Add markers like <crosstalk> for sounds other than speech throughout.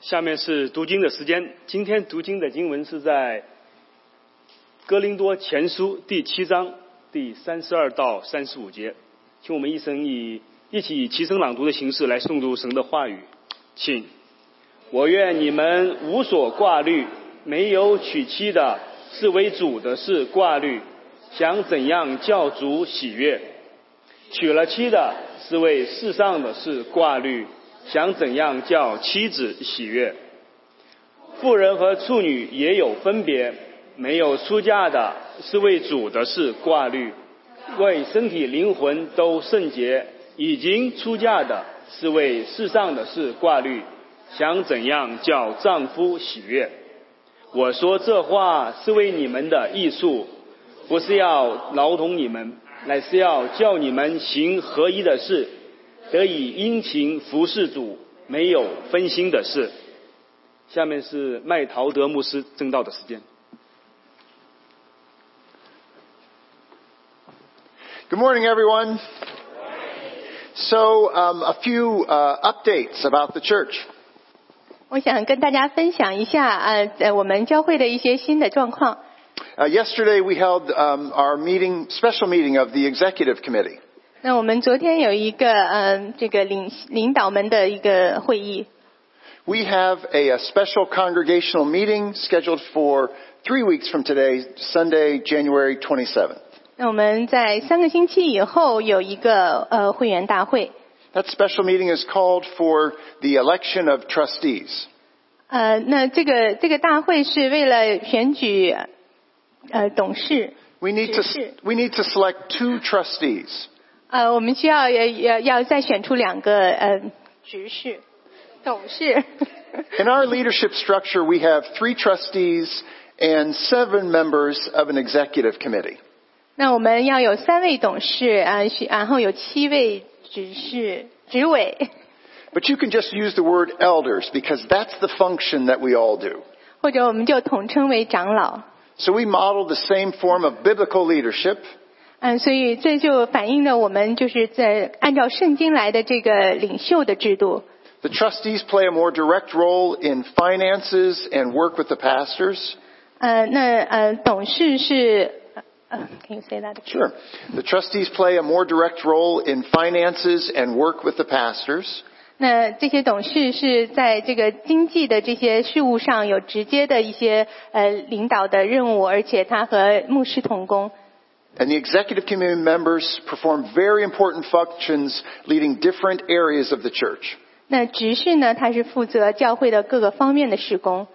下面是读经的时间。今天读经的经文是在《哥林多前书》第七章第三十二到三十五节，请我们一生以一起以齐声朗读的形式来诵读神的话语。请，我愿你们无所挂虑，没有娶妻的是为主的事挂虑，想怎样教主喜悦；娶了妻的是为世上的事挂虑。想怎样叫妻子喜悦？妇人和处女也有分别，没有出嫁的是为主的事挂虑，为身体灵魂都圣洁；已经出嫁的是为世上的事挂虑，想怎样叫丈夫喜悦？我说这话是为你们的益处，不是要劳动你们，乃是要叫你们行合一的事。得以殷勤服侍主，没有分心的事。下面是麦陶德牧师正道的时间。 Good morning, everyone. So, um, a few uh, updates about the church. 我想跟大家分享一下，呃，在我们教会的一些新的状况。 Uh, yesterday, we held um, our meeting, special meeting of the executive committee. 那我们昨天有一个，呃，这个领领导们的一个会议。 We have a, a special congregational meeting scheduled for three weeks from today, Sunday, January 27th. 那我们在三个星期以后有一个呃会员大会， That special meeting is called for the election of trustees. 呃，那这个这个大会是为了选举呃董事， We need to Yes. we need to select two trustees. 呃，我们需要要要要再选出两个呃执事、董事。 In our leadership structure, we have three trustees and seven members of an executive committee. 那我们要有三位董事，啊，需然后有七位执事、执委， <laughs> But you can just use the word elders because that's the function that we all do. 或者我们就统称为长老。 So we model the same form of biblical leadership, 嗯，所以这就反映了我们就是在按照圣经来的这个领袖的制度。 The trustees play a more direct role in finances and work with the pastors. 呃，那呃，董事是呃，Can you say that? Sure. The trustees play a more direct role in finances and work with the pastors. 那这些董事是在这个经济的这些事务上有直接的一些呃领导的任务，而且他和牧师同工。 And the executive committee members perform very important functions leading different areas of the church. 那执事呢，他是负责教会的各个方面的事工。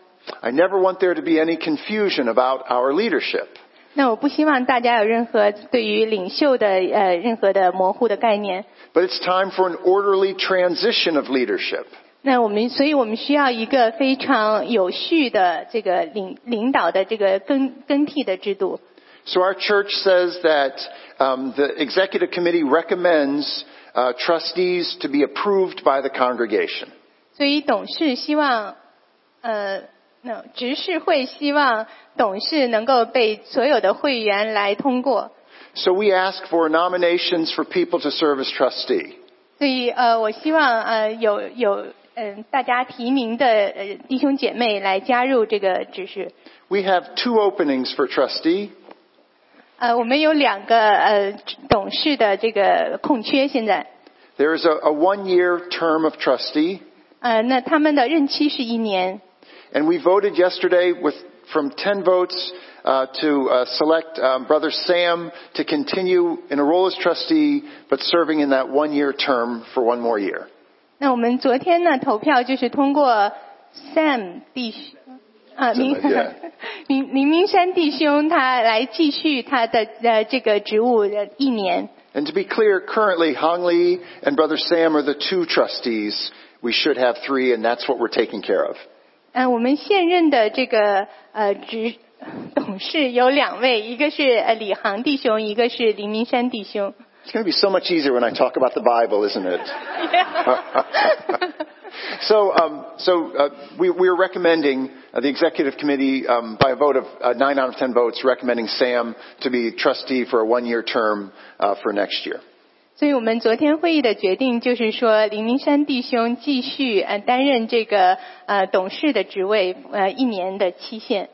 I never want there to be any confusion about our leadership. 那我不希望大家有任何对于领袖的呃任何的模糊的概念。 But it's time for an orderly transition of leadership. 那我们，所以我们需要一个非常有序的这个领领导的这个更更替的制度。 So our church says that um, the executive committee recommends uh, trustees to be approved by the congregation. 所以董事希望，呃，那执事会希望董事能够被所有的会员来通过。 So we ask for nominations for people to serve as trustee. 所以呃，我希望呃有有嗯、大家提名的呃弟兄姐妹来加入这个执事。 We have two openings for trustee. 呃，我们有两个呃董事的这个空缺，现在， There is a, a one-year term of trustee, 呃，那他们的任期是一年， and we voted yesterday with from 10 votes uh, to uh, select um, Brother Sam to continue in a role as trustee, but serving in that one-year term for one more year. 那我们昨天呢投票就是通过 Sam 弟兄，啊怎么明对 <laughs> 明林明山弟兄他来继续他的呃这个职务的一年。 And to be clear, currently Hong Lee and Brother Sam are the two trustees. We should have three, and that's what we're taking care of. 呃，我们现任的这个呃执董事有两位，一个是呃李航弟兄，一个是林明山弟兄。 <laughs> It's going to be so much easier when I talk about the Bible, isn't it? so, um, so uh, we, we're recommending uh, the executive committee um, by a vote of uh, nine out of ten votes, recommending Sam to be trustee for a one-year term uh, for next year. 所以我们昨天会议的决定就是说，林明山弟兄继续呃担任这个呃董事的职位，呃一年的期限。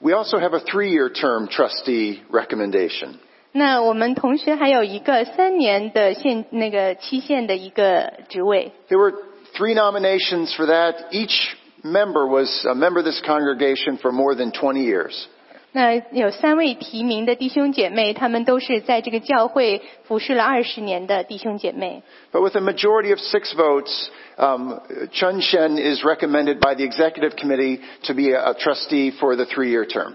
We also have a three-year term trustee recommendation. 那我们同时还有一个三年的限那个期限的一个职位， There were three nominations for that. Each member was a member of this congregation for more than 20 years. 那有三位提名的弟兄姐妹，他们都是在这个教会服侍了二十年的弟兄姐妹。 But with a majority of six votes, um, Chun Shen is recommended by the executive committee to be a, a trustee for the three-year term.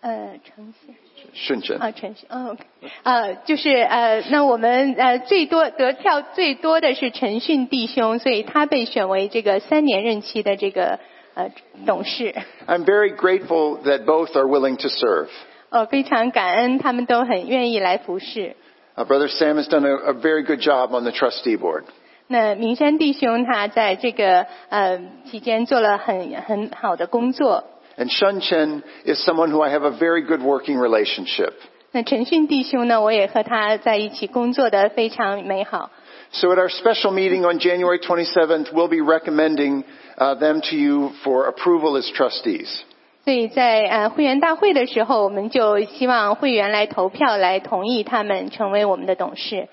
呃，陈先 Shun Shen. 啊，陈先，哦，呃，就是呃，那我们呃最多得票最多的是陈训弟兄，所以他被选为这个三年任期的这个呃董事。 I'm very grateful that both are willing to serve. 呃，非常感恩，他们都很愿意来服侍。 Uh, Brother Sam has done a, a very good job on the trustee board. 那明山弟兄他在这个呃期间做了很很好的工作。 And Shun Chen is someone who I have a very good working relationship. 那陈训弟兄呢，我也和他在一起工作的非常美好。 So at our special meeting on January 27th, we'll be recommending uh, them to you for approval as trustees. 所以在呃会员大会的时候，我们就希望会员来投票，来同意他们成为我们的董事。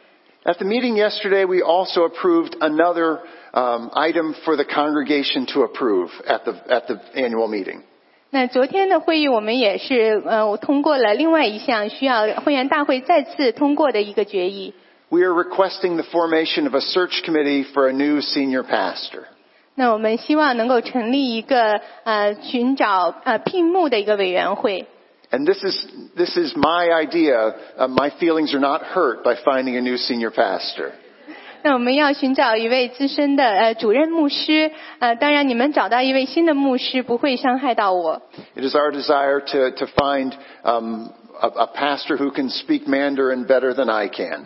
At the meeting yesterday, we also approved another um, item for the congregation to approve at the, at the annual meeting. 那昨天的会议，我们也是呃我通过了另外一项需要会员大会再次通过的一个决议。 We are requesting the formation of a search committee for a new senior pastor. 那我们希望能够成立一个呃寻找呃聘牧的一个委员会。 And this is, this is my idea. Uh, my feelings are not hurt by finding a new senior pastor. 那我们要寻找一位资深的呃主任牧师，呃，当然你们找到一位新的牧师不会伤害到我。 It is our desire to, to find um, a, a pastor who can speak Mandarin better than I can.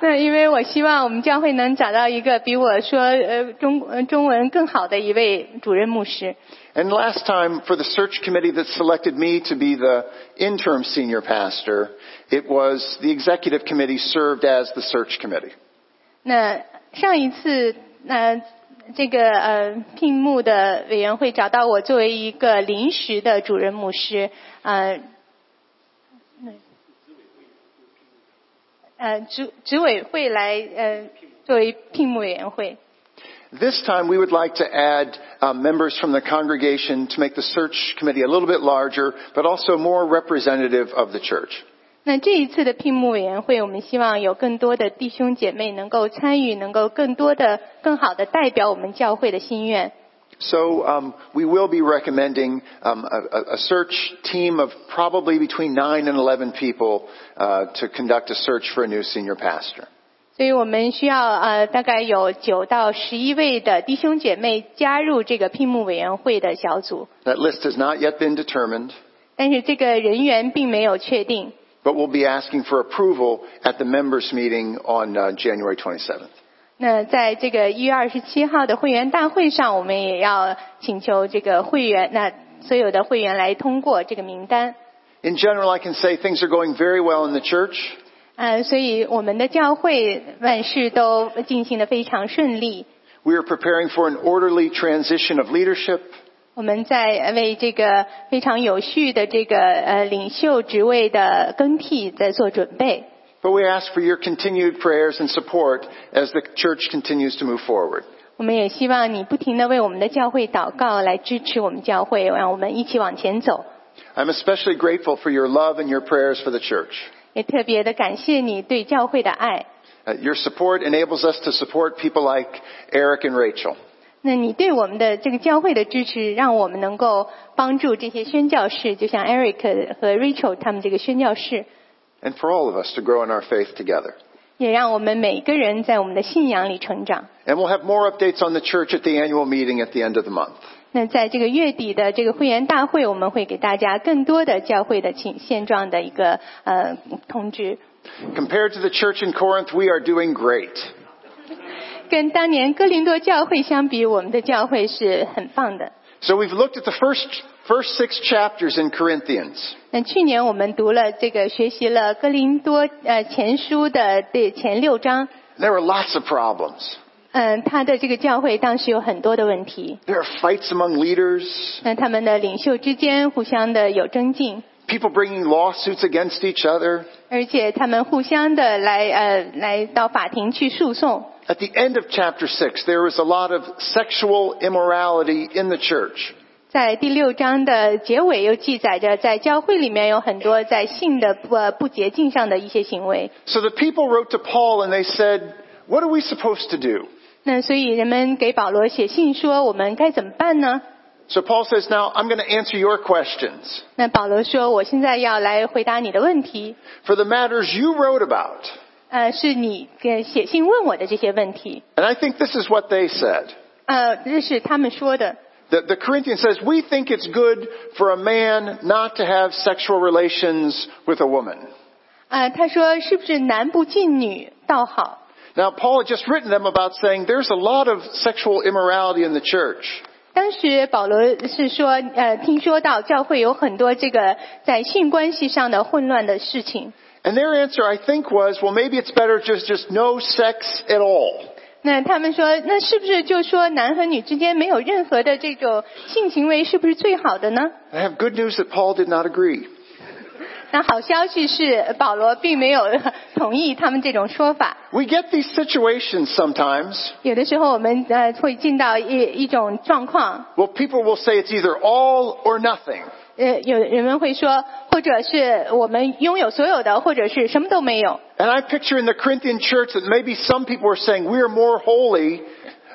那因为我希望我们教会能找到一个比我说呃中呃中文更好的一位主任牧师。 And last time, for the search committee that selected me to be the interim senior pastor, it was the executive committee served as the search committee. 那上一次呃这个呃聘牧的委员会找到我作为一个临时的主任牧师，呃。呃，执执委会来呃作为聘牧委员会。 This time, we would like to add uh, members from the congregation to make the search committee a little bit larger, but also more representative of the church. 那这一次的聘牧委员会，我们希望有更多的弟兄姐妹能够参与，能够更多的、更好的代表我们教会的心愿。 So um, we will be recommending um, a, a- a search team of probably between nine and eleven people uh, to conduct a search for a new senior pastor. 所以我们需要呃，大概有九到十一位的弟兄姐妹加入这个聘牧委员会的小组， That list has not yet been determined, 但是这个人员并没有确定。 but we'll be asking for approval at the members' meeting on uh, January 27th. 那在这个一月二十七号的会员大会上，我们也要请求这个会员，那所有的会员来通过这个名单。 In general, I can say things are going very well in the church. 呃，所以我们的教会万事都进行的非常顺利。 We are preparing for an orderly transition of leadership. 我们在为这个非常有序的这个呃领袖职位的更替在做准备。 But we ask for your continued prayers and support as the church continues to move forward. 我们也希望你不停的为我们的教会祷告，来支持我们教会，让我们一起往前走。 I'm especially grateful for your love and your prayers for the church. 也特别的感谢你对教会的爱。 Uh, your support enables us to support people like Eric and Rachel. 那你对我们的这个教会的支持，让我们能够帮助这些宣教士，就像 Eric 和 Rachel 他们这个宣教士， and for all of us to grow in our faith together. 也让我们每个人在我们的信仰里成长。 And we'll have more updates on the church at the annual meeting at the end of the month. 那在这个月底的这个会员大会，我们会给大家更多的教会的情现状的一个呃通知， Compared to the church in Corinth, we are doing great. 跟当年哥林多教会相比，我们的教会是很棒的。 So we've looked at the first, first six chapters in Corinthians. 嗯，去年我们读了这个，学习了哥林多呃前书的这前六章。 There were lots of problems. 嗯，他的这个教会当时有很多的问题， There are fights among leaders, 那他们的领袖之间互相的有争竞， people bringing lawsuits against each other. 而且他们互相的来呃来到法庭去诉讼。 At the end of chapter 6, there was a lot of sexual immorality in the church. 在第六章的结尾又记载着，在教会里面有很多在性的不呃不洁净上的一些行为。 So the people wrote to Paul and they said, What are we supposed to do? 那所以人们给保罗写信说，我们该怎么办呢？ So Paul says, Now I'm going to answer your questions 那保罗说，我现在要来回答你的问题， for the matters you wrote about. 呃，是你给写信问我的这些问题， And I think this is what they said. 呃，这是他们说的。 The, the Corinthian says, We think it's good for a man not to have sexual relations with a woman. 呃，他说是不是男不近女倒好？ Now, Paul had just written them about saying there's a lot of sexual immorality in the church. 当时保罗是说，呃，听说到教会有很多这个在性关系上的混乱的事情。 And their answer, I think, was, well, maybe it's better just, just no sex at all. 那他们说，那是不是就说男和女之间没有任何的这种性行为，是不是最好的呢？ I have good news that Paul did not agree. 那好消息是，保罗并没有同意他们这种说法。 We get these situations sometimes. 有的时候我们呃会进到一一种状况， Well, people will say it's either all or nothing. 呃，有人们会说，或者是我们拥有所有的，或者是什么都没有。 And I picture in the Corinthian church that maybe some people are saying we are more holy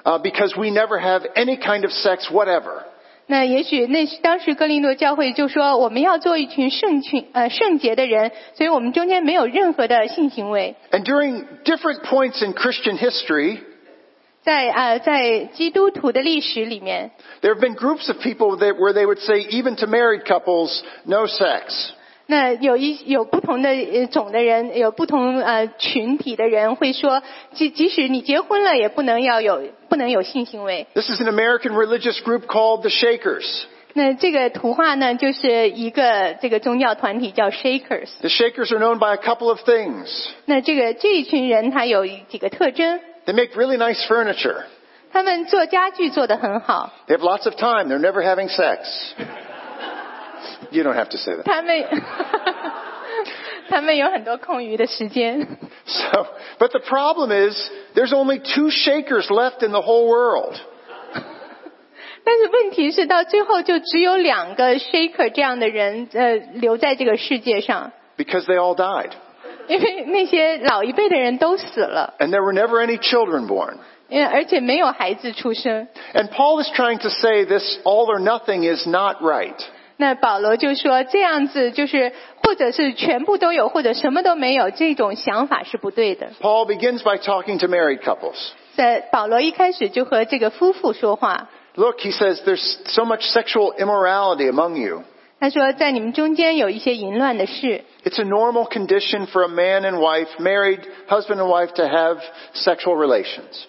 uh, because we never have any kind of sex, whatever. 那也许那是当时哥林多教会就说，我们要做一群圣群呃圣洁的人，所以我们中间没有任何的性行为。 And during different points in Christian history, 在呃在基督徒的历史里面， there have been groups of people that, where they would say even to married couples, no sex. 那有一有不同的呃种的人，有不同呃群体的人会说，即即使你结婚了，也不能要有不能有性行为。 This is an American religious group called the Shakers. 那这个图画呢，就是一个这个宗教团体叫 Shakers。 The Shakers are known by a couple of things. 那这个这一群人，他有几个特征， They make really nice furniture. 他们做家具做得很好， They have lots of time. They're never having sex. <laughs> You don't have to say that. 他们 <laughs> 他们有很多空余的时间。 So, but the problem is there's only two Shakers left in the whole world. 但是问题是，到最后就只有两个 Shaker 这样的人，呃，留在这个世界上。 Because they all died. 因为那些老一辈的人都死了， And there were never any children born. 因为而且没有孩子出生。 And Paul is trying to say this all or nothing is not right. 那保罗就说，这样子就是或者是全部都有，或者什么都没有，这种想法是不对的。 Paul begins by talking to married couples. 在保罗一开始就和这个夫妇说话， Look, he says, there's so much sexual immorality among you. 他说，在你们中间有一些淫乱的事， It's a normal condition for a man and wife, married husband and wife, to have sexual relations.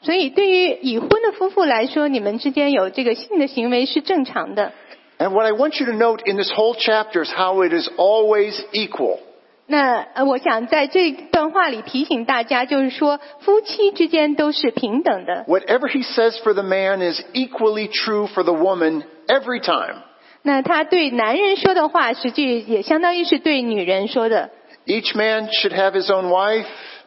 所以对于已婚的夫妇来说，你们之间有这个性的行为是正常的。 And what I want you to note in this whole chapter is how it is always equal. 那呃我想在这段话里提醒大家，就是说夫妻之间都是平等的。 Whatever he says for the man is equally true for the woman every time. 那他对男人说的话，实际也相当于是对女人说的。 Each man should have his own wife.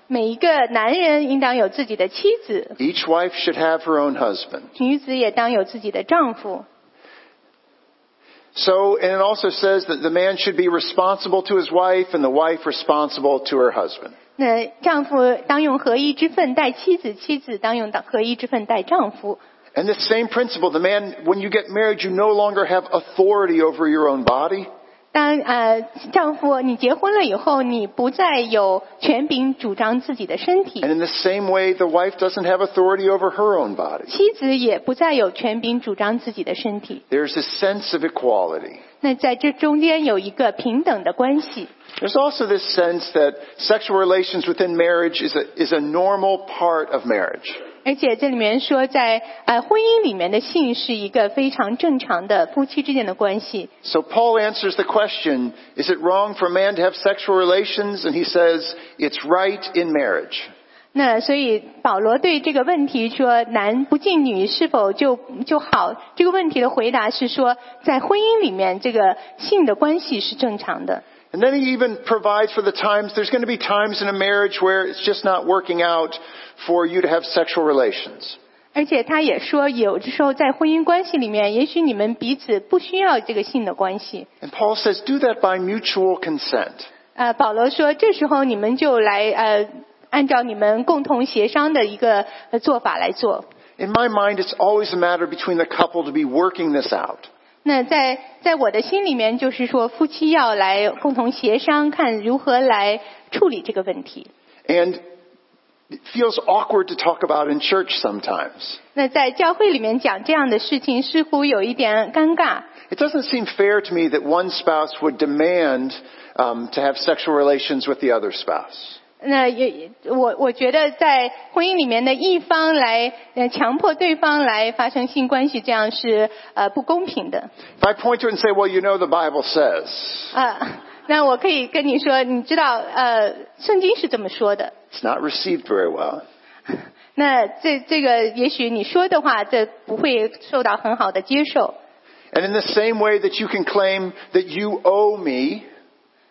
每一个男人应当有自己的妻子， Each wife should have her own husband. 女子也当有自己的丈夫。 So, and it also says that the man should be responsible to his wife and the wife responsible to her husband. 那丈夫当用合一之分待妻子，妻子当用合一之分待丈夫。 And this same principle, the man, when you get married, you no longer have authority over your own body. 当呃，丈夫你结婚了以后，你不再有权柄主张自己的身体 And，in the same way, the wife doesn't have authority over her own body. 妻子也不再有权柄主张自己的身体。 There's this sense of equality. 那在这中间有一个平等的关系。 There's also this sense that sexual relations within marriage is a, is a normal part of marriage. 而且这里面说在，呃婚姻里面的性是一个非常正常的夫妻之间的关系。 So Paul answers the question, is it wrong for a man to have sexual relations? And he says, it's right in marriage. 那所以保罗对这个问题说“男不近女是否就就好”这个问题的回答是说，在婚姻里面这个性的关系是正常的。 And then he even provides for the times, there's going to be times in a marriage where it's just not working out for you to have sexual relations. 而且他也说，有的时候在婚姻关系里面，也许你们彼此不需要这个性的关系。 And Paul says, do that by mutual consent. 呃，保罗说，这时候你们就来呃，按照你们共同协商的一个呃做法来做。 In my mind, it's always a matter between the couple to be working this out. 那在在我的心里面，就是说夫妻要来共同协商，看如何来处理这个问题。 And it feels awkward to talk about in church sometimes. 那在教会里面讲这样的事情，似乎有一点尴尬。 It doesn't seem fair to me that one spouse would demand um, to have sexual relations with the other spouse. 那也，我我觉得在婚姻里面的一方来呃强迫对方来发生性关系，这样是呃不公平的。 If I point to it and say, well, you know the Bible says, 呃， <laughs> 那我可以跟你说，你知道呃圣经是这么说的。 it's not received very well. 那这这个也许你说的话，这不会受到很好的接受。 And in the same way that you can claim that you owe me,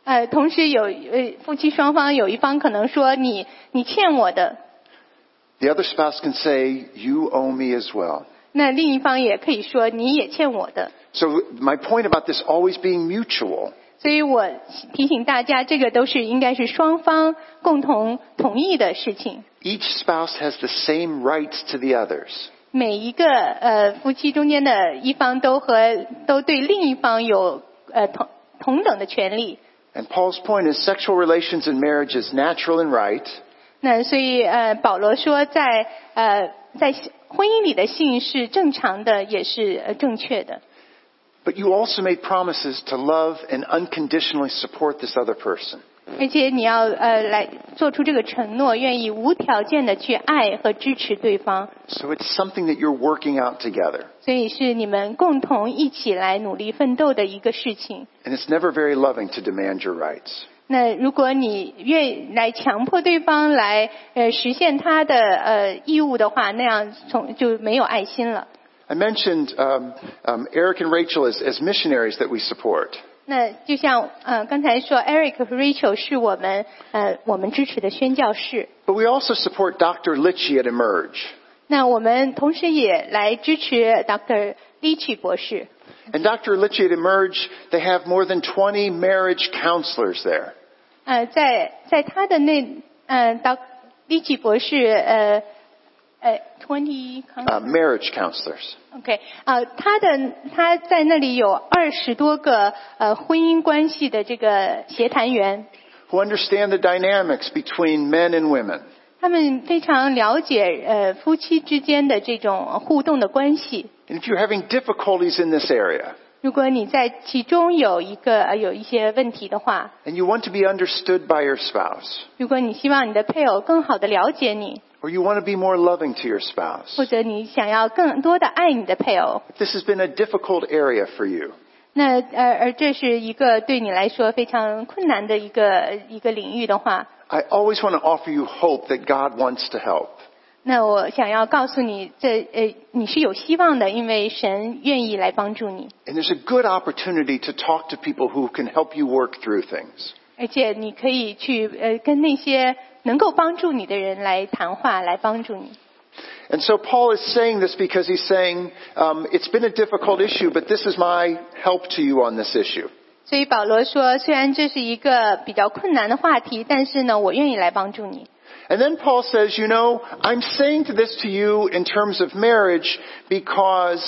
呃，同时有呃夫妻双方有一方可能说你你欠我的， the other spouse can say, you owe me as well. 那另一方也可以说你也欠我的。 So my point about this always being mutual 所以我提醒大家，这个都是应该是双方共同同意的事情。 Each spouse has the same rights to the others. 每一个呃夫妻中间的一方都和都对另一方有呃同同等的权利。 And Paul's point is sexual relations in marriage is natural and right, 那所以呃保罗说在呃在婚姻里的性是正常的，也是呃正确的。 but you also made promises to love and unconditionally support this other person. 而且你要呃来做出这个承诺，愿意无条件的去爱和支持对方， So it's something that you're working out together. 所以是你们共同一起来努力奋斗的一个事情。 And it's never very loving to demand your rights. 那如果你愿意来强迫对方来呃实现他的呃义务的话，那样从就没有爱心了。 I mentioned um, um, Eric and Rachel as, as missionaries that we support. 那就像呃刚才说，Eric 和 Rachel 是我们呃我们支持的宣教士。 But we also support Dr. Litchie at Emerge. 那我们同时也来支持 Dr. Lichy 博士。 And Dr. Litchie at Emerge, they have more than 20 marriage counselors there. 呃，在在他的那呃 d 利奇博士呃呃 twenty Uh, marriage counselors. OK 呃，他的他在那里有二十多个呃婚姻关系的这个协谈员， who understand the dynamics between men and women. 他们非常了解呃夫妻之间的这种互动的关系。 And if you're having difficulties in this area 如果你在其中有一个呃有一些问题的话， and you want to be understood by your spouse 如果你希望你的配偶更好的了解你， or you want to be more loving to your spouse, 或者你想要更多的爱你的配偶， if this has been a difficult area for you, 那呃，而这是一个对你来说非常困难的一个一个领域的话， I always want to offer you hope that God wants to help. 那我想要告诉你，这呃，你是有希望的，因为神愿意来帮助你， And there's a good opportunity to talk to people who can help you work through things. 而且你可以去呃跟那些能够帮助你的人来谈话，来帮助你。 And so Paul is saying this because he's saying, um, it's been a difficult issue, but this is my help to you on this issue. 所以保罗说，虽然这是一个比较困难的话题，但是呢，我愿意来帮助你。 And then Paul says, you know, I'm saying to this to you in terms of marriage because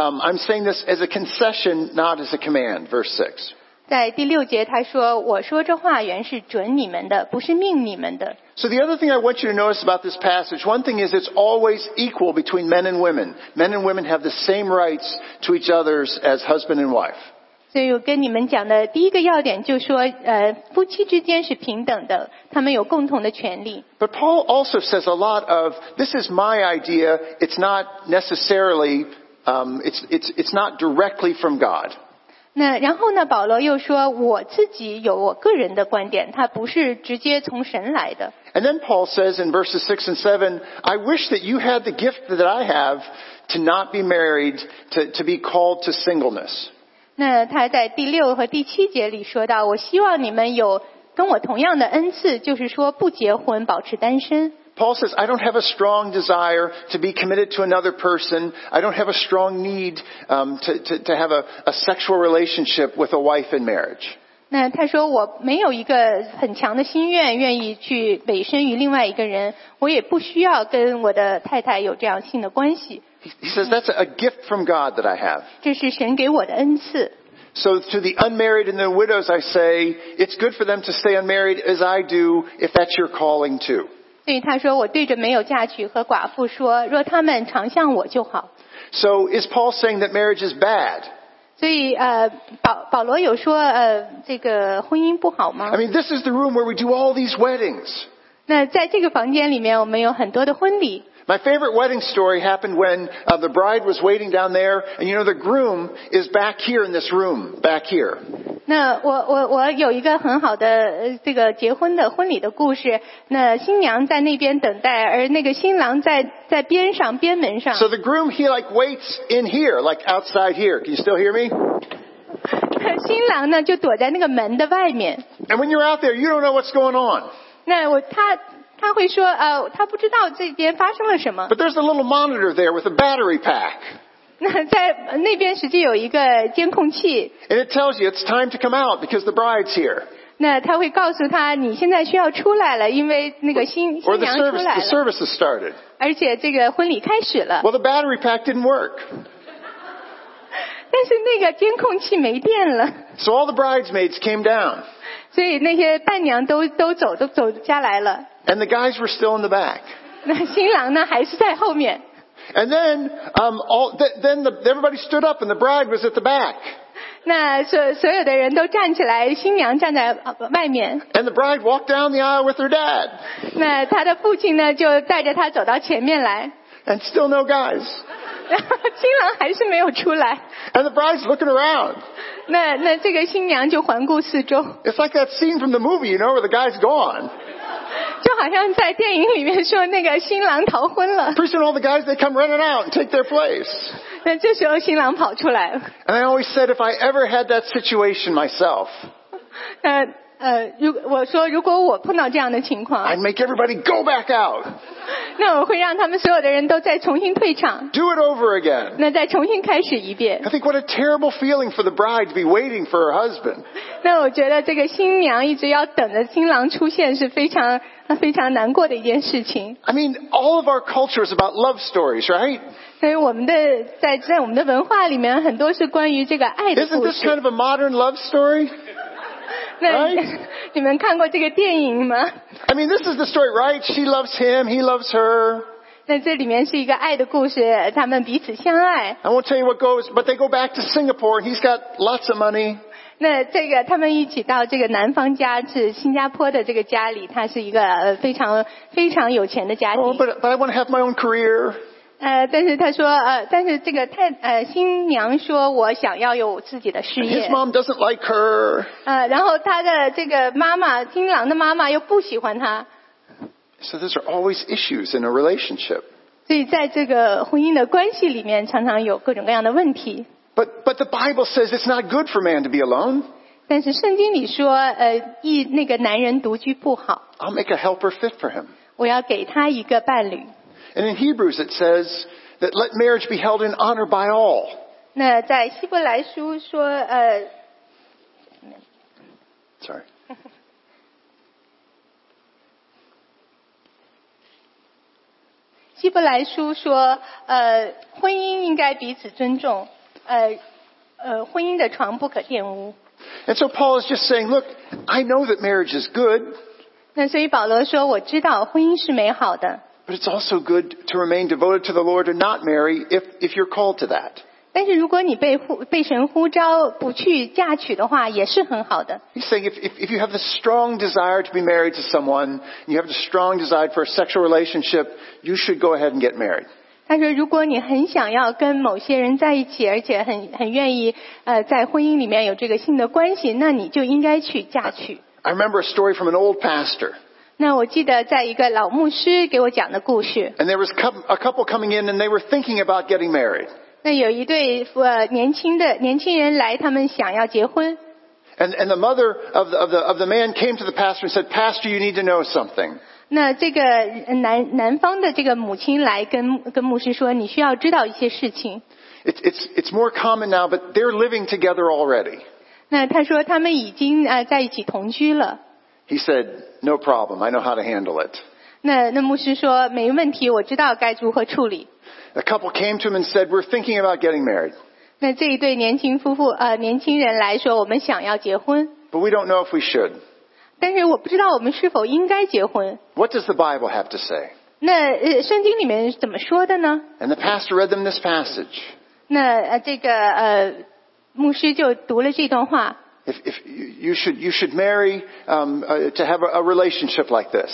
um, I'm saying this as a concession, not as a command. Verse 6. 在第六节他说：“我说这话原是准你们的，不是命你们的。” So the other thing I want you to notice about this passage, one thing is it's always equal between men and women. Men and women have the same rights to each other's as husband and wife. 所以我跟你们讲的第一个要点就说，呃，夫妻之间是平等的，他们有共同的权利。 But Paul also says a lot of, this is my idea, it's not necessarily, um, it's, it's, it's not directly from God. 那然后呢，保罗又说，我自己有我个人的观点，他不是直接从神来的。 And then Paul says in verses 6 and 7, I wish that you had the gift that I have to not be married, to, to be called to singleness. 那他在第六和第七节里说到，我希望你们有跟我同样的恩赐，就是说不结婚，保持单身。 Paul says, I don't have a strong desire to be committed to another person. I don't have a strong need um, to, to, to have a, a sexual relationship with a wife in marriage. 那他说我没有一个很强的心愿，愿意去委身于另外一个人，我也不需要跟我的太太有这样性的关系， He, he says, that's a gift from God that I have. 这是神给我的恩赐。 So to the unmarried and the widows, I say, it's good for them to stay unmarried as I do if that's your calling too. 所以他说我对着没有嫁娶和寡妇说，若他们常向我就好。 So is Paul saying that marriage is bad? 所以呃，保保罗有说呃，这个婚姻不好吗 I？mean, this is the room where we do all these weddings. 那在这个房间里面，我们有很多的婚礼。 My favorite wedding story happened when uh, the bride was waiting down there, and you know the groom is back here in this room, back here. 那我我我有一个很好的呃这个结婚的婚礼的故事。那新娘在那边等待，而那个新郎在在边上边门上， So the groom he like waits in here, like outside here. Can you still hear me? 新郎呢就躲在那个门的外面。 And when you're out there, you don't know what's going on. 那我他他会说呃他不知道这边发生了什么。 But there's a little monitor there with a battery pack, 那在呃那边实际有一个监控器， and it tells you it's time to come out because the bride's here, 那他会告诉他你现在需要出来了，因为那个新 or the 新娘出 service 来 the 了， service has started. 而且这个婚礼开始了， Well, the battery pack didn't work, 但是那个监控器没电了。 <laughs> so all the bridesmaids came down, 所以那些伴娘都都走都走下来了， <laughs> and the guys were still in the back. 那新郎呢还是在后面。 <laughs> And then, um, all, th- then the, everybody stood up and the bride was at the back. 那所所有的人都站起来，新娘站在呃外面。 <laughs> And the bride walked down the aisle with her dad. 那他的父亲呢就带着他走到前面来， <laughs> And still no guys. 然后新郎还是没有出来。 <laughs> And the bride's looking around. 那那这个新娘就环顾四周， It's like that scene from the movie, you know, where the guy's gone. 就好像在电影里面说那个新郎逃婚了。 Pretty soon all the guys, they come running out and take their place. 那 <laughs> 这时候新郎跑出来 <laughs> 了。 And I always said if I ever had that situation myself, 呃呃，如我说如果我碰到这样的情况， I'd make everybody go back out. 那我会让他们所有的人都再重新退场。 Do it over again. 那再重新开始一遍。 I think what a terrible feeling for the bride to be waiting for her husband. 那我觉得这个新娘一直要等着新郎出现是非常非常难过的一件事情。 I mean, all of our culture is about love stories, right? 所以我们的在在我们的文化里面，很多是关于这个爱的 Isn't 故 this kind 事。 of a modern love story? 那 right? 你们看过这个电影吗？ <laughs> I mean, this is the story, right? She loves him, he loves her. 那这里面是一个爱的故事，他们彼此相爱。 I won't tell you what goes, but they go back to Singapore and he's got lots of money. 那这个他们一起到这个男方家是新加坡的这个家里，他是一个呃非常非常有钱的家庭。 Oh, but, but I want to have my own career. 呃，但是他说，呃，但是这个太呃新娘说，我想要有我自己的事 His 业。 mom doesn't like her. 呃，然后他的这个妈妈，新郎的妈妈又不喜欢他， So those are always issues in a relationship. 所以在这个婚姻的关系里面，常常有各种各样的问题。 But, but the Bible says it's not good for man to be alone. 但是圣经里说，呃，一那个男人独居不好， I'll make a helper fit for him. 我要给他一个伴侣。 And in Hebrews it says that let marriage be held in honor by all. 那在希伯来书说，呃， Sorry. 希伯来书说，呃，婚姻应该彼此尊重，呃，呃，婚姻的床不可玷污。 And so Paul is just saying, look, I know that marriage is good, 那所以保罗说：“我知道婚姻是美好的， but it's also good to remain devoted to the Lord and not marry if, if you're called to that. 但是如果你被呼被神呼召不去嫁娶的话，也是很好的。 He's saying if, if, if you have the strong desire to be married to someone, and you have the strong desire for a sexual relationship, you should go ahead and get married. 他说，如果你很想要跟某些人在一起，而且很很愿意呃在婚姻里面有这个性的关系，那你就应该去嫁娶。 I remember a story from an old pastor. 那我记得在一个老牧师给我讲的故事， And there was cou- a couple coming in and they were thinking about getting married. 那有一对呃年轻的年轻人来，他们想要结婚。 And, and the mother of the, of, the, of the man came to the pastor and said, Pastor, you need to know something. 那这个呃男男方的这个母亲来跟跟牧师说，你需要知道一些事情。 It's it's, it's more common now, but they're living together already. 那他说他们已经呃在一起同居了。 He said, No problem. I know how to handle it. 那那牧师说没问题，我知道该如何处理。 A couple came to him and said, We're thinking about getting married, 那这一对年轻夫妇呃年轻人来说，我们想要结婚， but we don't know if we should. 但是我不知道我们是否应该结婚。 What does the Bible have to say? 那呃圣经里面是怎么说的呢？ And the pastor read them this passage. 那呃这个呃牧师就读了这段话， If, if you you should, you should marry um, uh, to have a, a relationship like this.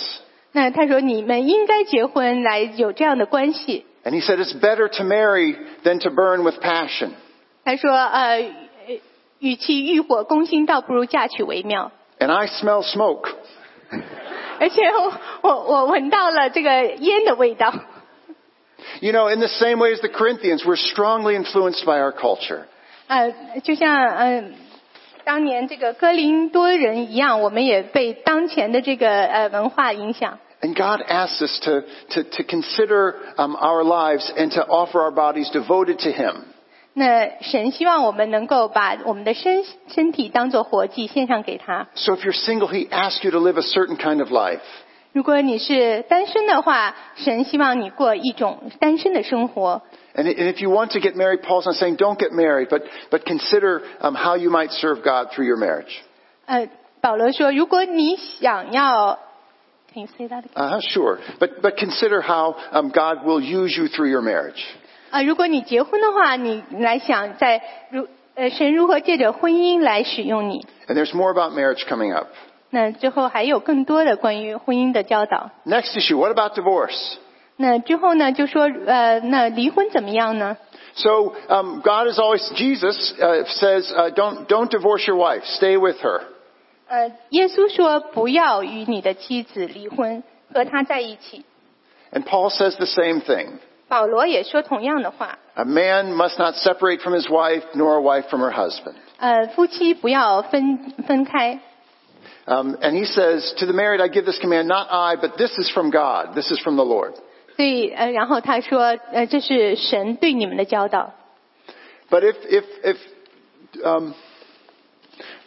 那他说你们应该结婚来有这样的关系。 And he said, It's better to marry than to burn with passion. 他说呃与与其欲火攻心，倒不如嫁娶为妙。 And I smell smoke. 而且我我我闻到了这个烟的味道。 You know, in the same way as the Corinthians, we're strongly influenced by our culture. 呃，就像嗯、当年这个哥林多人一样，我们也被当前的这个呃文化影响。 And God asks us to, to, to consider um, our lives and to offer our bodies devoted to Him. 那神希望我们能够把我们的身身体当做活祭献上给他。 So if you're single, He asks you to live a certain kind of life. 如果你是单身的话，神希望你过一种单身的生活。 And, i- and if you want to get married, Paul's not saying don't get married, but, but consider um, how you might serve God through your marriage. 呃，保罗说，如果你想要，Can you say that again？ Uh, sure. But, but consider how um, God will use you through your marriage. 啊、如果你结婚的话，你来想在如呃神如何借着婚姻来使用你。 And there's more about marriage coming up. 那最后还有更多的关于婚姻的教导。 Next issue, what about divorce? 那之后呢，就说呃，那离婚怎么样呢？ So um, God is always Jesus uh, says, uh, don't don't divorce your wife, stay with her. 呃，耶稣说不要与你的妻子离婚，和她在一起。 And Paul says the same thing. 保罗也说同样的话， A man must not separate from his wife, nor a wife from her husband. 呃，夫妻不要分分开。 Um, and he says, to the married, I give this command, not I, but this is from God. This is from the Lord. 所以呃，然后他说呃，这是神对你们的教导。 But if if if um,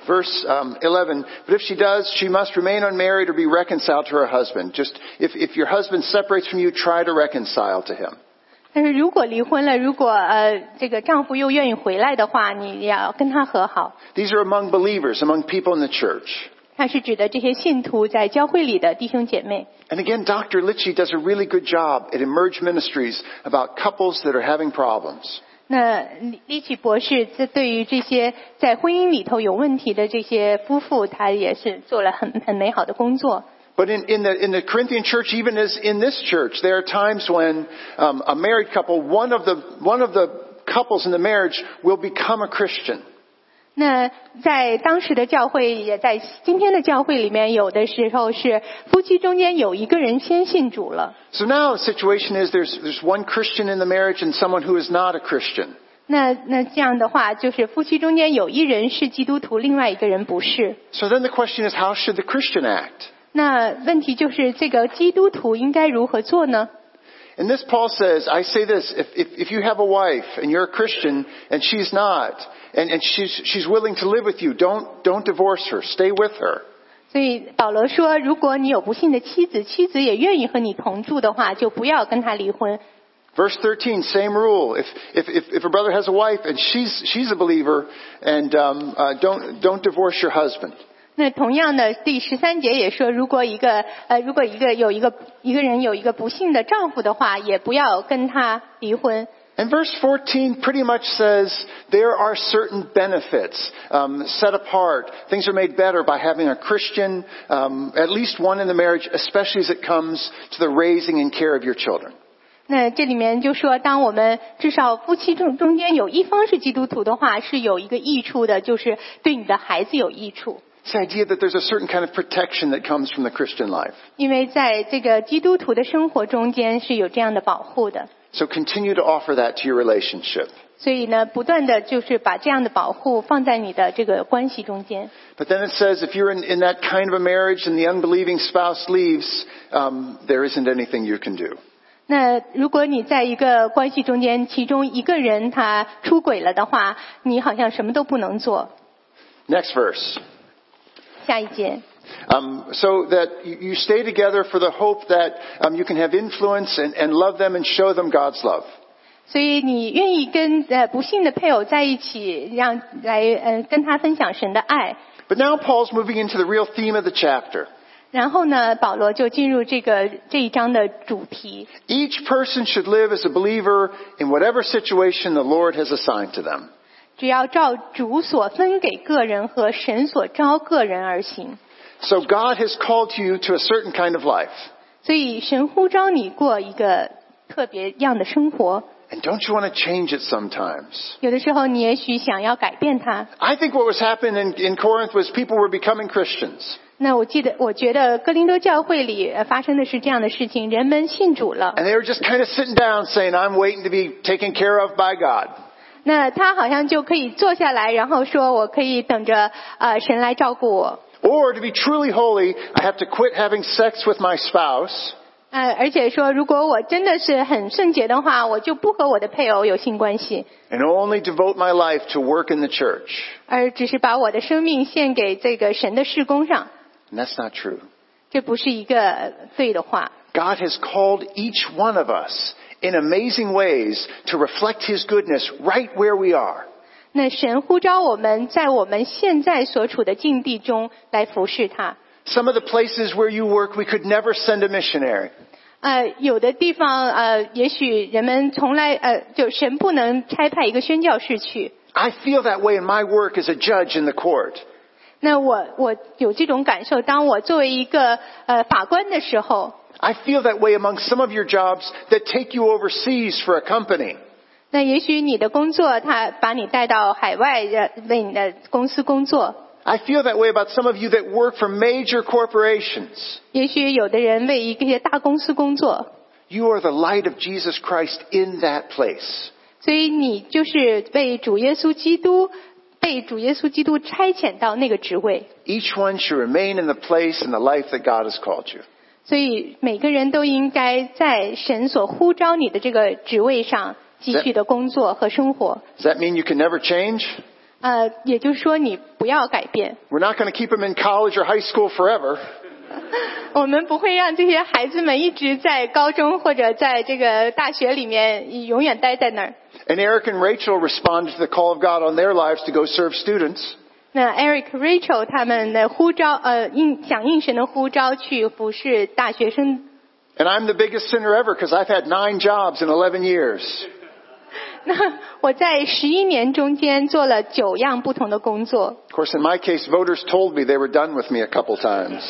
verse um, eleven, but if she does, she must remain unmarried or be reconciled to her husband. Just if if your husband separates from you, try to reconcile to him. 但是如果离婚了，如果呃这个丈夫又愿意回来的话，你要跟他和好。 These are among believers, among people in the church. 他是指的这些信徒在教会里的弟兄姐妹。 And again, Dr. Litchie does a really good job at Emerge Ministries about couples that are having problems. 那李李启博士这对于这些在婚姻里头有问题的这些夫妇，他也是做了很很美好的工作。 But in, in, the, in the Corinthian church, even as in this church, there are times when um, a married couple, one of, the, one of the couples in the marriage will become a Christian. 那在当时的教会，也在今天的教会里面，有的时候是夫妻中间有一个人先信主了。 So now the situation is there's, there's one Christian in the marriage and someone who is not a Christian. 那那这样的话，就是夫妻中间有一人是基督徒，另外一个人不是。 So then the question is, how should the Christian act? 那问题就是这个基督徒应该如何做呢？ And this Paul says, I say this, if, if, if you have a wife and you're a Christian and she's not, and, and she's, she's willing to live with you, don't, don't divorce her. Stay with her. 所以保罗说，如果你有不幸的妻子，妻子也愿意和你同住的话，就不要跟他离婚。 Verse 13, same rule. If, if, if, if a brother has a wife and she's, she's a believer, and um, uh, don't, don't divorce your husband. 那同样的，第十三节也说，如果一个呃，如果一个有一个一个人有一个不幸的丈夫的话，也不要跟他离婚。 And verse 14 pretty much says there are certain benefits um, set apart. Things are made better by having a Christian, um, at least one in the marriage, especially as it comes to the raising and care of your children. 那这里面就说，当我们至少夫妻中中间有一方是基督徒的话，是有一个益处的，就是对你的孩子有益处。 It's the idea that there's a certain kind of protection that comes from the Christian life. 因为在这个基督徒的生活中间是有这样的保护的， So continue to offer that to your relationship. 所以呢，不断的就是把这样的保护放在你的这个关系中间。 But then it says if you're in, in that kind of a marriage and the unbelieving spouse leaves, um, there isn't anything you can do. 那如果你在一个关系中间，其中一个人他出轨了的话，你好像什么都不能做。 Next verse. 下一节， Um, so that you you stay together for the hope that um, you can have influence and, and love them and show them God's love. 所以你愿意跟呃不幸的配偶在一起，让来呃跟他分享神的爱。 But now Paul's moving into the real theme of the chapter. 然后呢，保罗就进入这个这一章的主题。 Each person should live as a believer in whatever situation the Lord has assigned to them. 只要照主所分给个人和神所招个人而行。 So God has called you to a certain kind of life. 所以神呼召你过一个特别样的生活， And don't you want to change it sometimes? 有的时候你也许想要改变它。 I think what was happening in, in Corinth was people were becoming Christians. 那我记得，我觉得哥林多教会里呃发生的是这样的事情：人们信主了， And they were just kind of sitting down saying, I'm waiting to be taken care of by God. 那他好像就可以坐下来，然后说：“我可以等着呃神来照顾我。 Or to be truly holy, I have to quit having sex with my spouse. ”呃，而且说，如果我真的是很圣洁的话，我就不和我的配偶有性关系， and only devote my life to work in the church. 而只是把我的生命献给这个神的事工上。 And that's not true. 这不是一个对的话。 God has called each one of us in amazing ways to reflect His goodness right where we are. 那神呼召我们在我们现在所处的境地中来服侍他。 Some of the places where you work, we could never send a missionary. 呃，有的地方呃，也许人们从来呃，就神不能差派一个宣教士去。 I feel that way in my work as a judge in the court. 那我我有这种感受，当我作为一个呃法官的时候， I feel that way among some of your jobs that take you overseas for a company. 那也许你的工作他把你带到海外，呃为你的公司工作。 I feel that way about some of you that work for major corporations. 也许有的人为一些大公司工作， You are the light of Jesus Christ in that place. 所以你就是被主耶稣基督被主耶稣基督差遣到那个职位， Each one should remain in the place and the life that God has called you. 所以每个人都应该在神所呼召你的这个职位上继续的工作和生活。 Does that mean you can never change? 呃，也就是说，你不要改变。 <laughs> We're not going to keep them in college or high school forever. 我们不会让这些孩子们一直在高中或者在这个大学里面永远待在那儿。 And Eric and Rachel responded to the call of God on their lives to go serve students. 那 Eric、Rachel 他们的呼召，呃，应响应神的呼召去服侍大学生 And I'm the biggest sinner ever because I've had nine jobs in 11 years. <laughs> 那我在十一年中间做了九样不同的工作。 <laughs> Of course, in my case, voters told me they were done with me a couple times.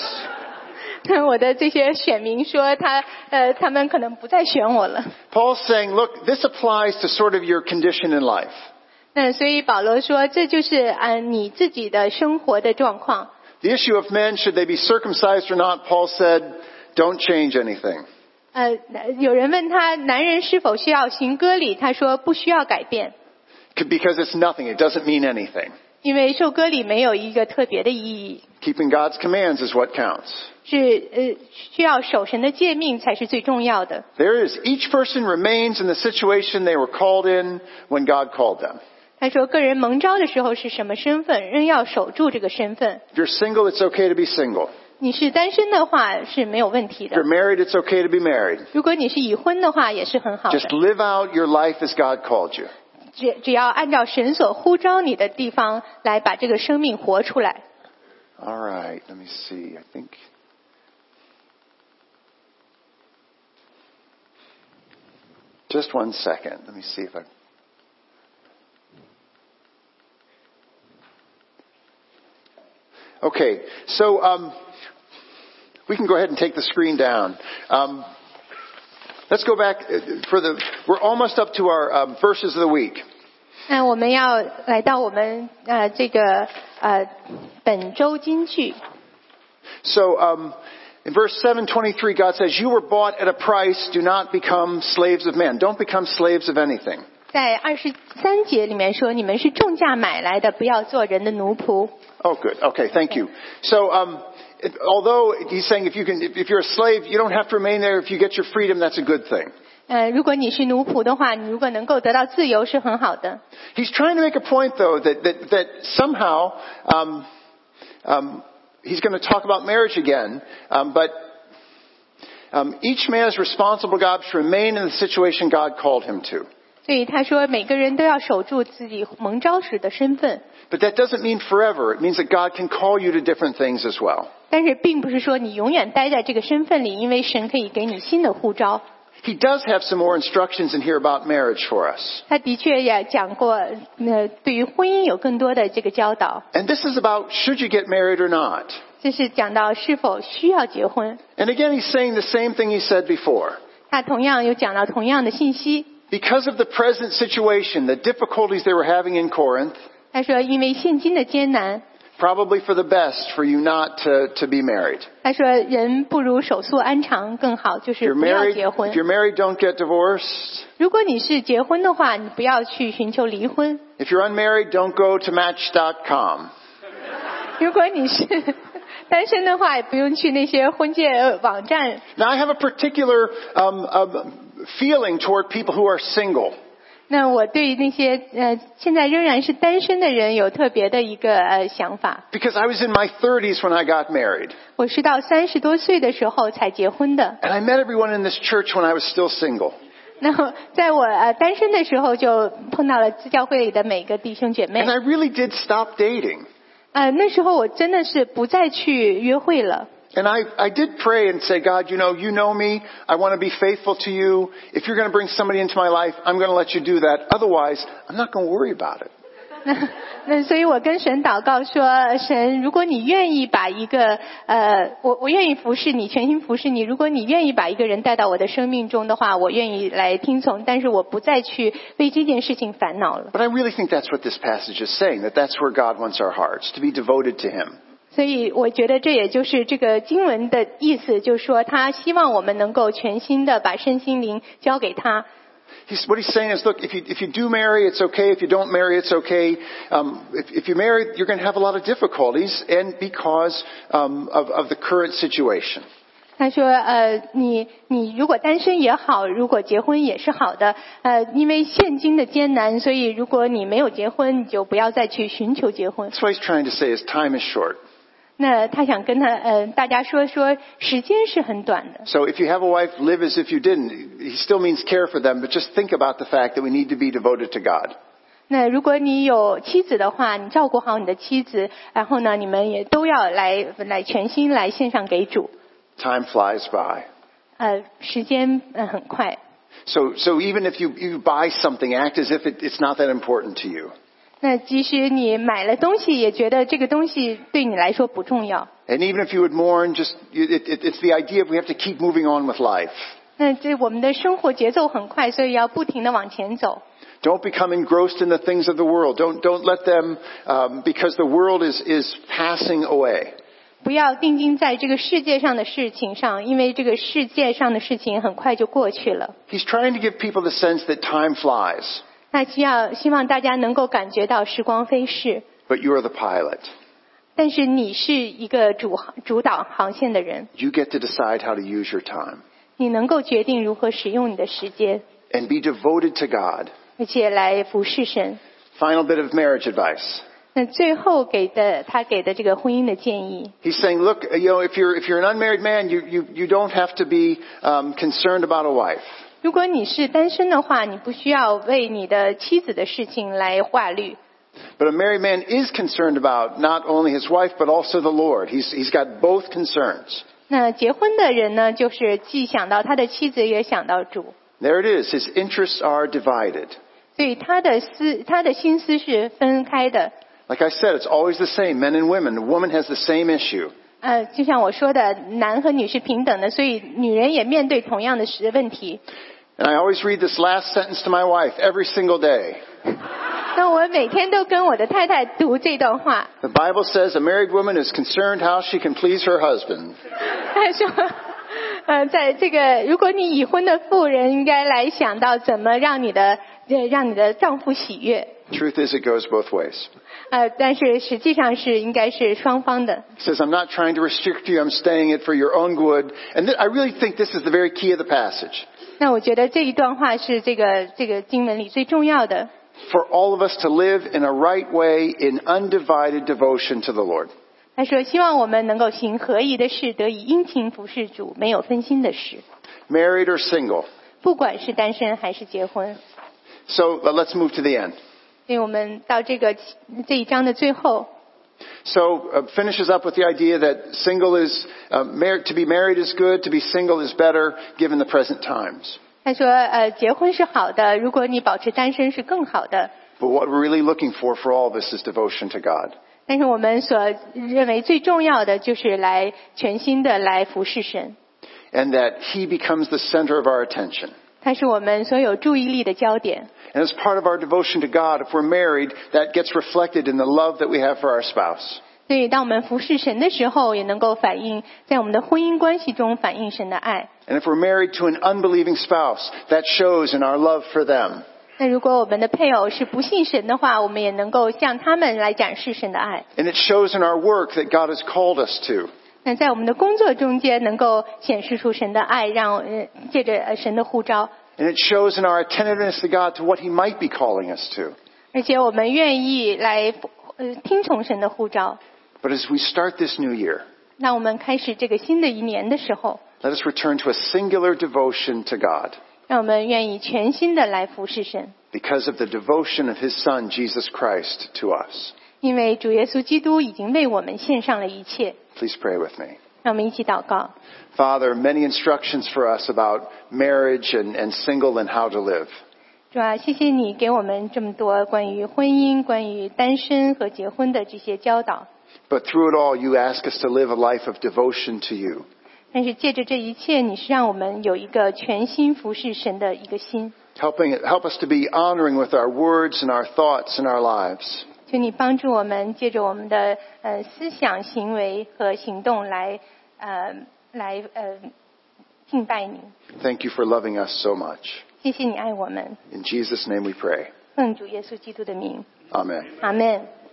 那我的这些选民说他呃，他们可能不再选我了。 <laughs> Paul's saying, look, this applies to sort of your condition in life. 那所以保罗说，这就是呃你自己的生活的状况。 The issue of men, should they be circumcised or not, Paul said, don't change anything. 呃，有人问他男人是否需要行割礼，他说不需要改变， Because it's nothing. It doesn't mean anything. 因为受割礼没有一个特别的意义， Keeping God's commands is what counts. 是呃需要守神的诫命才是最重要的。 There is each person remains in the situation they were called in when God called them. 他说，个人蒙召的时候是什么身份，仍要守住这个身份。 If you're single, it's okay to be single. 你是单身的话是没有问题 If you're 的， married, it's okay to be married. 如果你是已婚的话也是很好 Just 的。 live out your life as God called you. 只只要按照神所呼召你的地方来把这个生命活出来。 All right, let me see. I think. Just one second. Let me see if I. Okay, so um, we can go ahead and take the screen down. Um, let's go back uh, for the. We're almost up to our um, verses of the week. 那我们要来到我们呃这个呃本周金句， So um, in verse 723, God says, You were bought at a price. Do not become slaves of men. Don't become slaves of anything. 在二十三节里面说：“你们是重价买来的，不要做人的奴仆。 Oh, good. Okay, thank you. So, um, it, although he's saying if you can, if, if you're a slave, you don't have to remain there. If you get your freedom, that's a good thing. ”呃，如果你是奴仆的话，你如果能够得到自由是很好的。 He's trying to make a point, though, that that, that somehow um, um, he's going to talk about marriage again, um, but. Um, each man is responsible to God to remain in the situation God called him to. 所以他说，每个人都要守住自己蒙召时的身份， But that doesn't mean forever. It means that God can call you to different things as well. 但是并不是说你永远待在这个身份里，因为神可以给你新的呼召。 He does have some more instructions in here about marriage for us. 他的确也讲过，呃，对于婚姻有更多的这个教导， And this is about should you get married or not. 这是讲到是否需要结婚。 And again, he's saying the same thing he said before. 他同样有讲到同样的信息。 Because of the present situation, the difficulties they were having in Corinth, 他说，因为现今的艰难， probably for the best for you not to, to be married. 他说人不如手速安常更好，就 If you're 是不要 married, 结婚 if。you're married, don't get divorced. 如果你是结婚的话，你不要去寻求离婚。 If you're unmarried, don't go to Match.com. 如果你是 <laughs> 单身的话，也不用去那些婚介呃网站。 Now, I have a particular um, um, feeling toward people who are single. 那我对于那些呃现在仍然是单身的人有特别的一个呃想法。 Because I was in my 30s when I got married. 我是到三十多岁的时候才结婚的。 And I met everyone in this church when I was still single. 那么在我呃单身的时候，就碰到了支教会里的每个弟兄姐妹 And。I really did stop dating. 呃，那时候我真的是不再去约会了。 And I, I did pray and say, God, you know, you know me. I want to be faithful to you. If you're going to bring somebody into my life, I'm going to let you do that. Otherwise, I'm not going to worry about it. 那 <laughs> 那所以，我跟神祷告说：“神，如果你愿意把一个呃，我我愿意服侍你，全心服侍你。如果你愿意把一个人带到我的生命中的话，我愿意来听从。但是我不再去为这件事情烦恼了。 But I really think that's what this passage is saying, that that's where God wants our hearts, to be devoted to Him. 所以，我觉得这也就是这个经文的意思，就是说他希望我们能够全心的把身心灵交给他。 He's, what he's saying is, look, if you, if you do marry, it's okay. If you don't marry, it's okay. Um, if, if you marry, you're going to have a lot of difficulties, and because um, of, of the current situation. 他说：“呃，你你如果单身也好，如果结婚也是好的。呃，因为现今的艰难，所以如果你没有结婚，你就不要再去寻求结婚。 That's what he's trying to say is time is short. 那他想跟他呃大家说说，时间是很短的。 So if you have a wife, live as if you didn't. He still means care for them, but just think about the fact that we need to be devoted to God. 那如果你有妻子的话，你照顾好你的妻子，然后呢，你们也都要来来全心来献上给主。 Time flies by. 呃，时间呃很快。 So, so even if you, you buy something, act as if it, it's not that important to you. 那即使你买了东西，也觉得这个东西对你来说不重要。” And even if you would mourn, just you- it, it, it's the idea of we have to keep moving on with life. 那这我们的生活节奏很快，所以要不停的往前走。 Don't become engrossed in the things of the world. Don't, don't let them, um, because the world is, is passing away. 不要定睛在这个世界上的事情上，因为这个世界上的事情很快就过去了。 He's trying to give people the sense that time flies, 那需要希望大家能够感觉到时光飞逝， but you're the pilot. 但是你是一个主航主导航线的人， You get to decide how to use your time 你能够决定如何使用你的时间， and be devoted to God. 而且来服侍神。 Final bit of marriage advice. 那最后给的他给的这个婚姻的建议， He's saying, look, you know, if you're, if you're an unmarried man, you, you, you don't have to be um, concerned about a wife. 如果你是单身的话，你不需要为你的妻子的事情来挂虑。 But a married man is concerned about not only his wife, but also the Lord. He's, he's got both concerns. 那结婚的人呢，就是既想到他的妻子，也想到主。 There it is. His interests are divided. 所以他的思，他的心思是分开的。 Like I said, it's always the same men and women. The woman has the same issue. 呃，就像我说的，男和女是平等的，所以女人也面对同样的时问题。 And I always read this last sentence to my wife every single day. 那我每天都跟我的太太读这段话， The Bible says a married woman is concerned how she can please her husband. 她说，呃，在这个如果你已婚的妇人应该来想到怎么让你的呃让你的丈夫喜悦， Truth is, it goes both ways. 呃，但是实际上是应该是双方的。 He says, I'm not trying to restrict you, I'm staying it for your own good. And th- I really think this is the very key of the passage. 那我觉得这一段话是这个这个经文里最重要的， For all of us to live in a right way in undivided devotion to the Lord. 他说：“希望我们能够行合宜的事，得以殷勤服侍主，没有分心的事。 Married or single. 不管是单身还是结婚。 So uh, let's move to the end. ”所以我们到这个这一章的最后， So uh, finishes up with the idea that single is uh, mar- to be married is good, to be single is better, given the present times. 他说：“呃，结婚是好的，如果你保持单身是更好的。 But what we're really looking for for all of us is devotion to God. 但是我们所认为最重要的就是来全心的来服侍神， and that He becomes the center of our attention. 他是我们所有注意力的焦点。 And as part of our devotion to God, if we're married, that gets reflected in the love that we have for our spouse. 所以，当我们服侍神的时候，也能够反映在我们的婚姻关系中反映神的爱。” And if we're married to an unbelieving spouse, that shows in our love for them. 那如果我们的配偶是不信神的话，我们也能够向他们来展示神的爱。 And it shows in our work that God has called us to. 那在我们的工作中间，能够显示出神的爱，让呃借着呃神的呼召， And it shows in our attentiveness to God to what He might be calling us to. 而且我们愿意来呃听从神的呼召。 But as we start this new year, 那我们开始这个新的一年的时候， let us return to a singular devotion to God 让我们愿意全心的来服侍神， because of the devotion of His Son, Jesus Christ, to us. 因为主耶稣基督已经为我们献上了一切。 Please pray with me. 让我们一起祷告。 Father, many instructions for us about marriage and, and single and how to live. 主啊，谢谢你给我们这么多关于婚姻、关于单身和结婚的这些教导。 But through it all, you ask us to live a life of devotion to you. 但是借着这一切，你是让我们有一个全心服侍神的一个心， Helping, help us to be honoring with our words and our thoughts and our lives. 求你帮助我们，借着我们的呃思想、行为和行动来呃来呃敬拜你。 Thank you for loving us so much. 谢谢你爱我们， In Jesus' name we pray. 奉主耶稣基督的名， Amen. 阿门。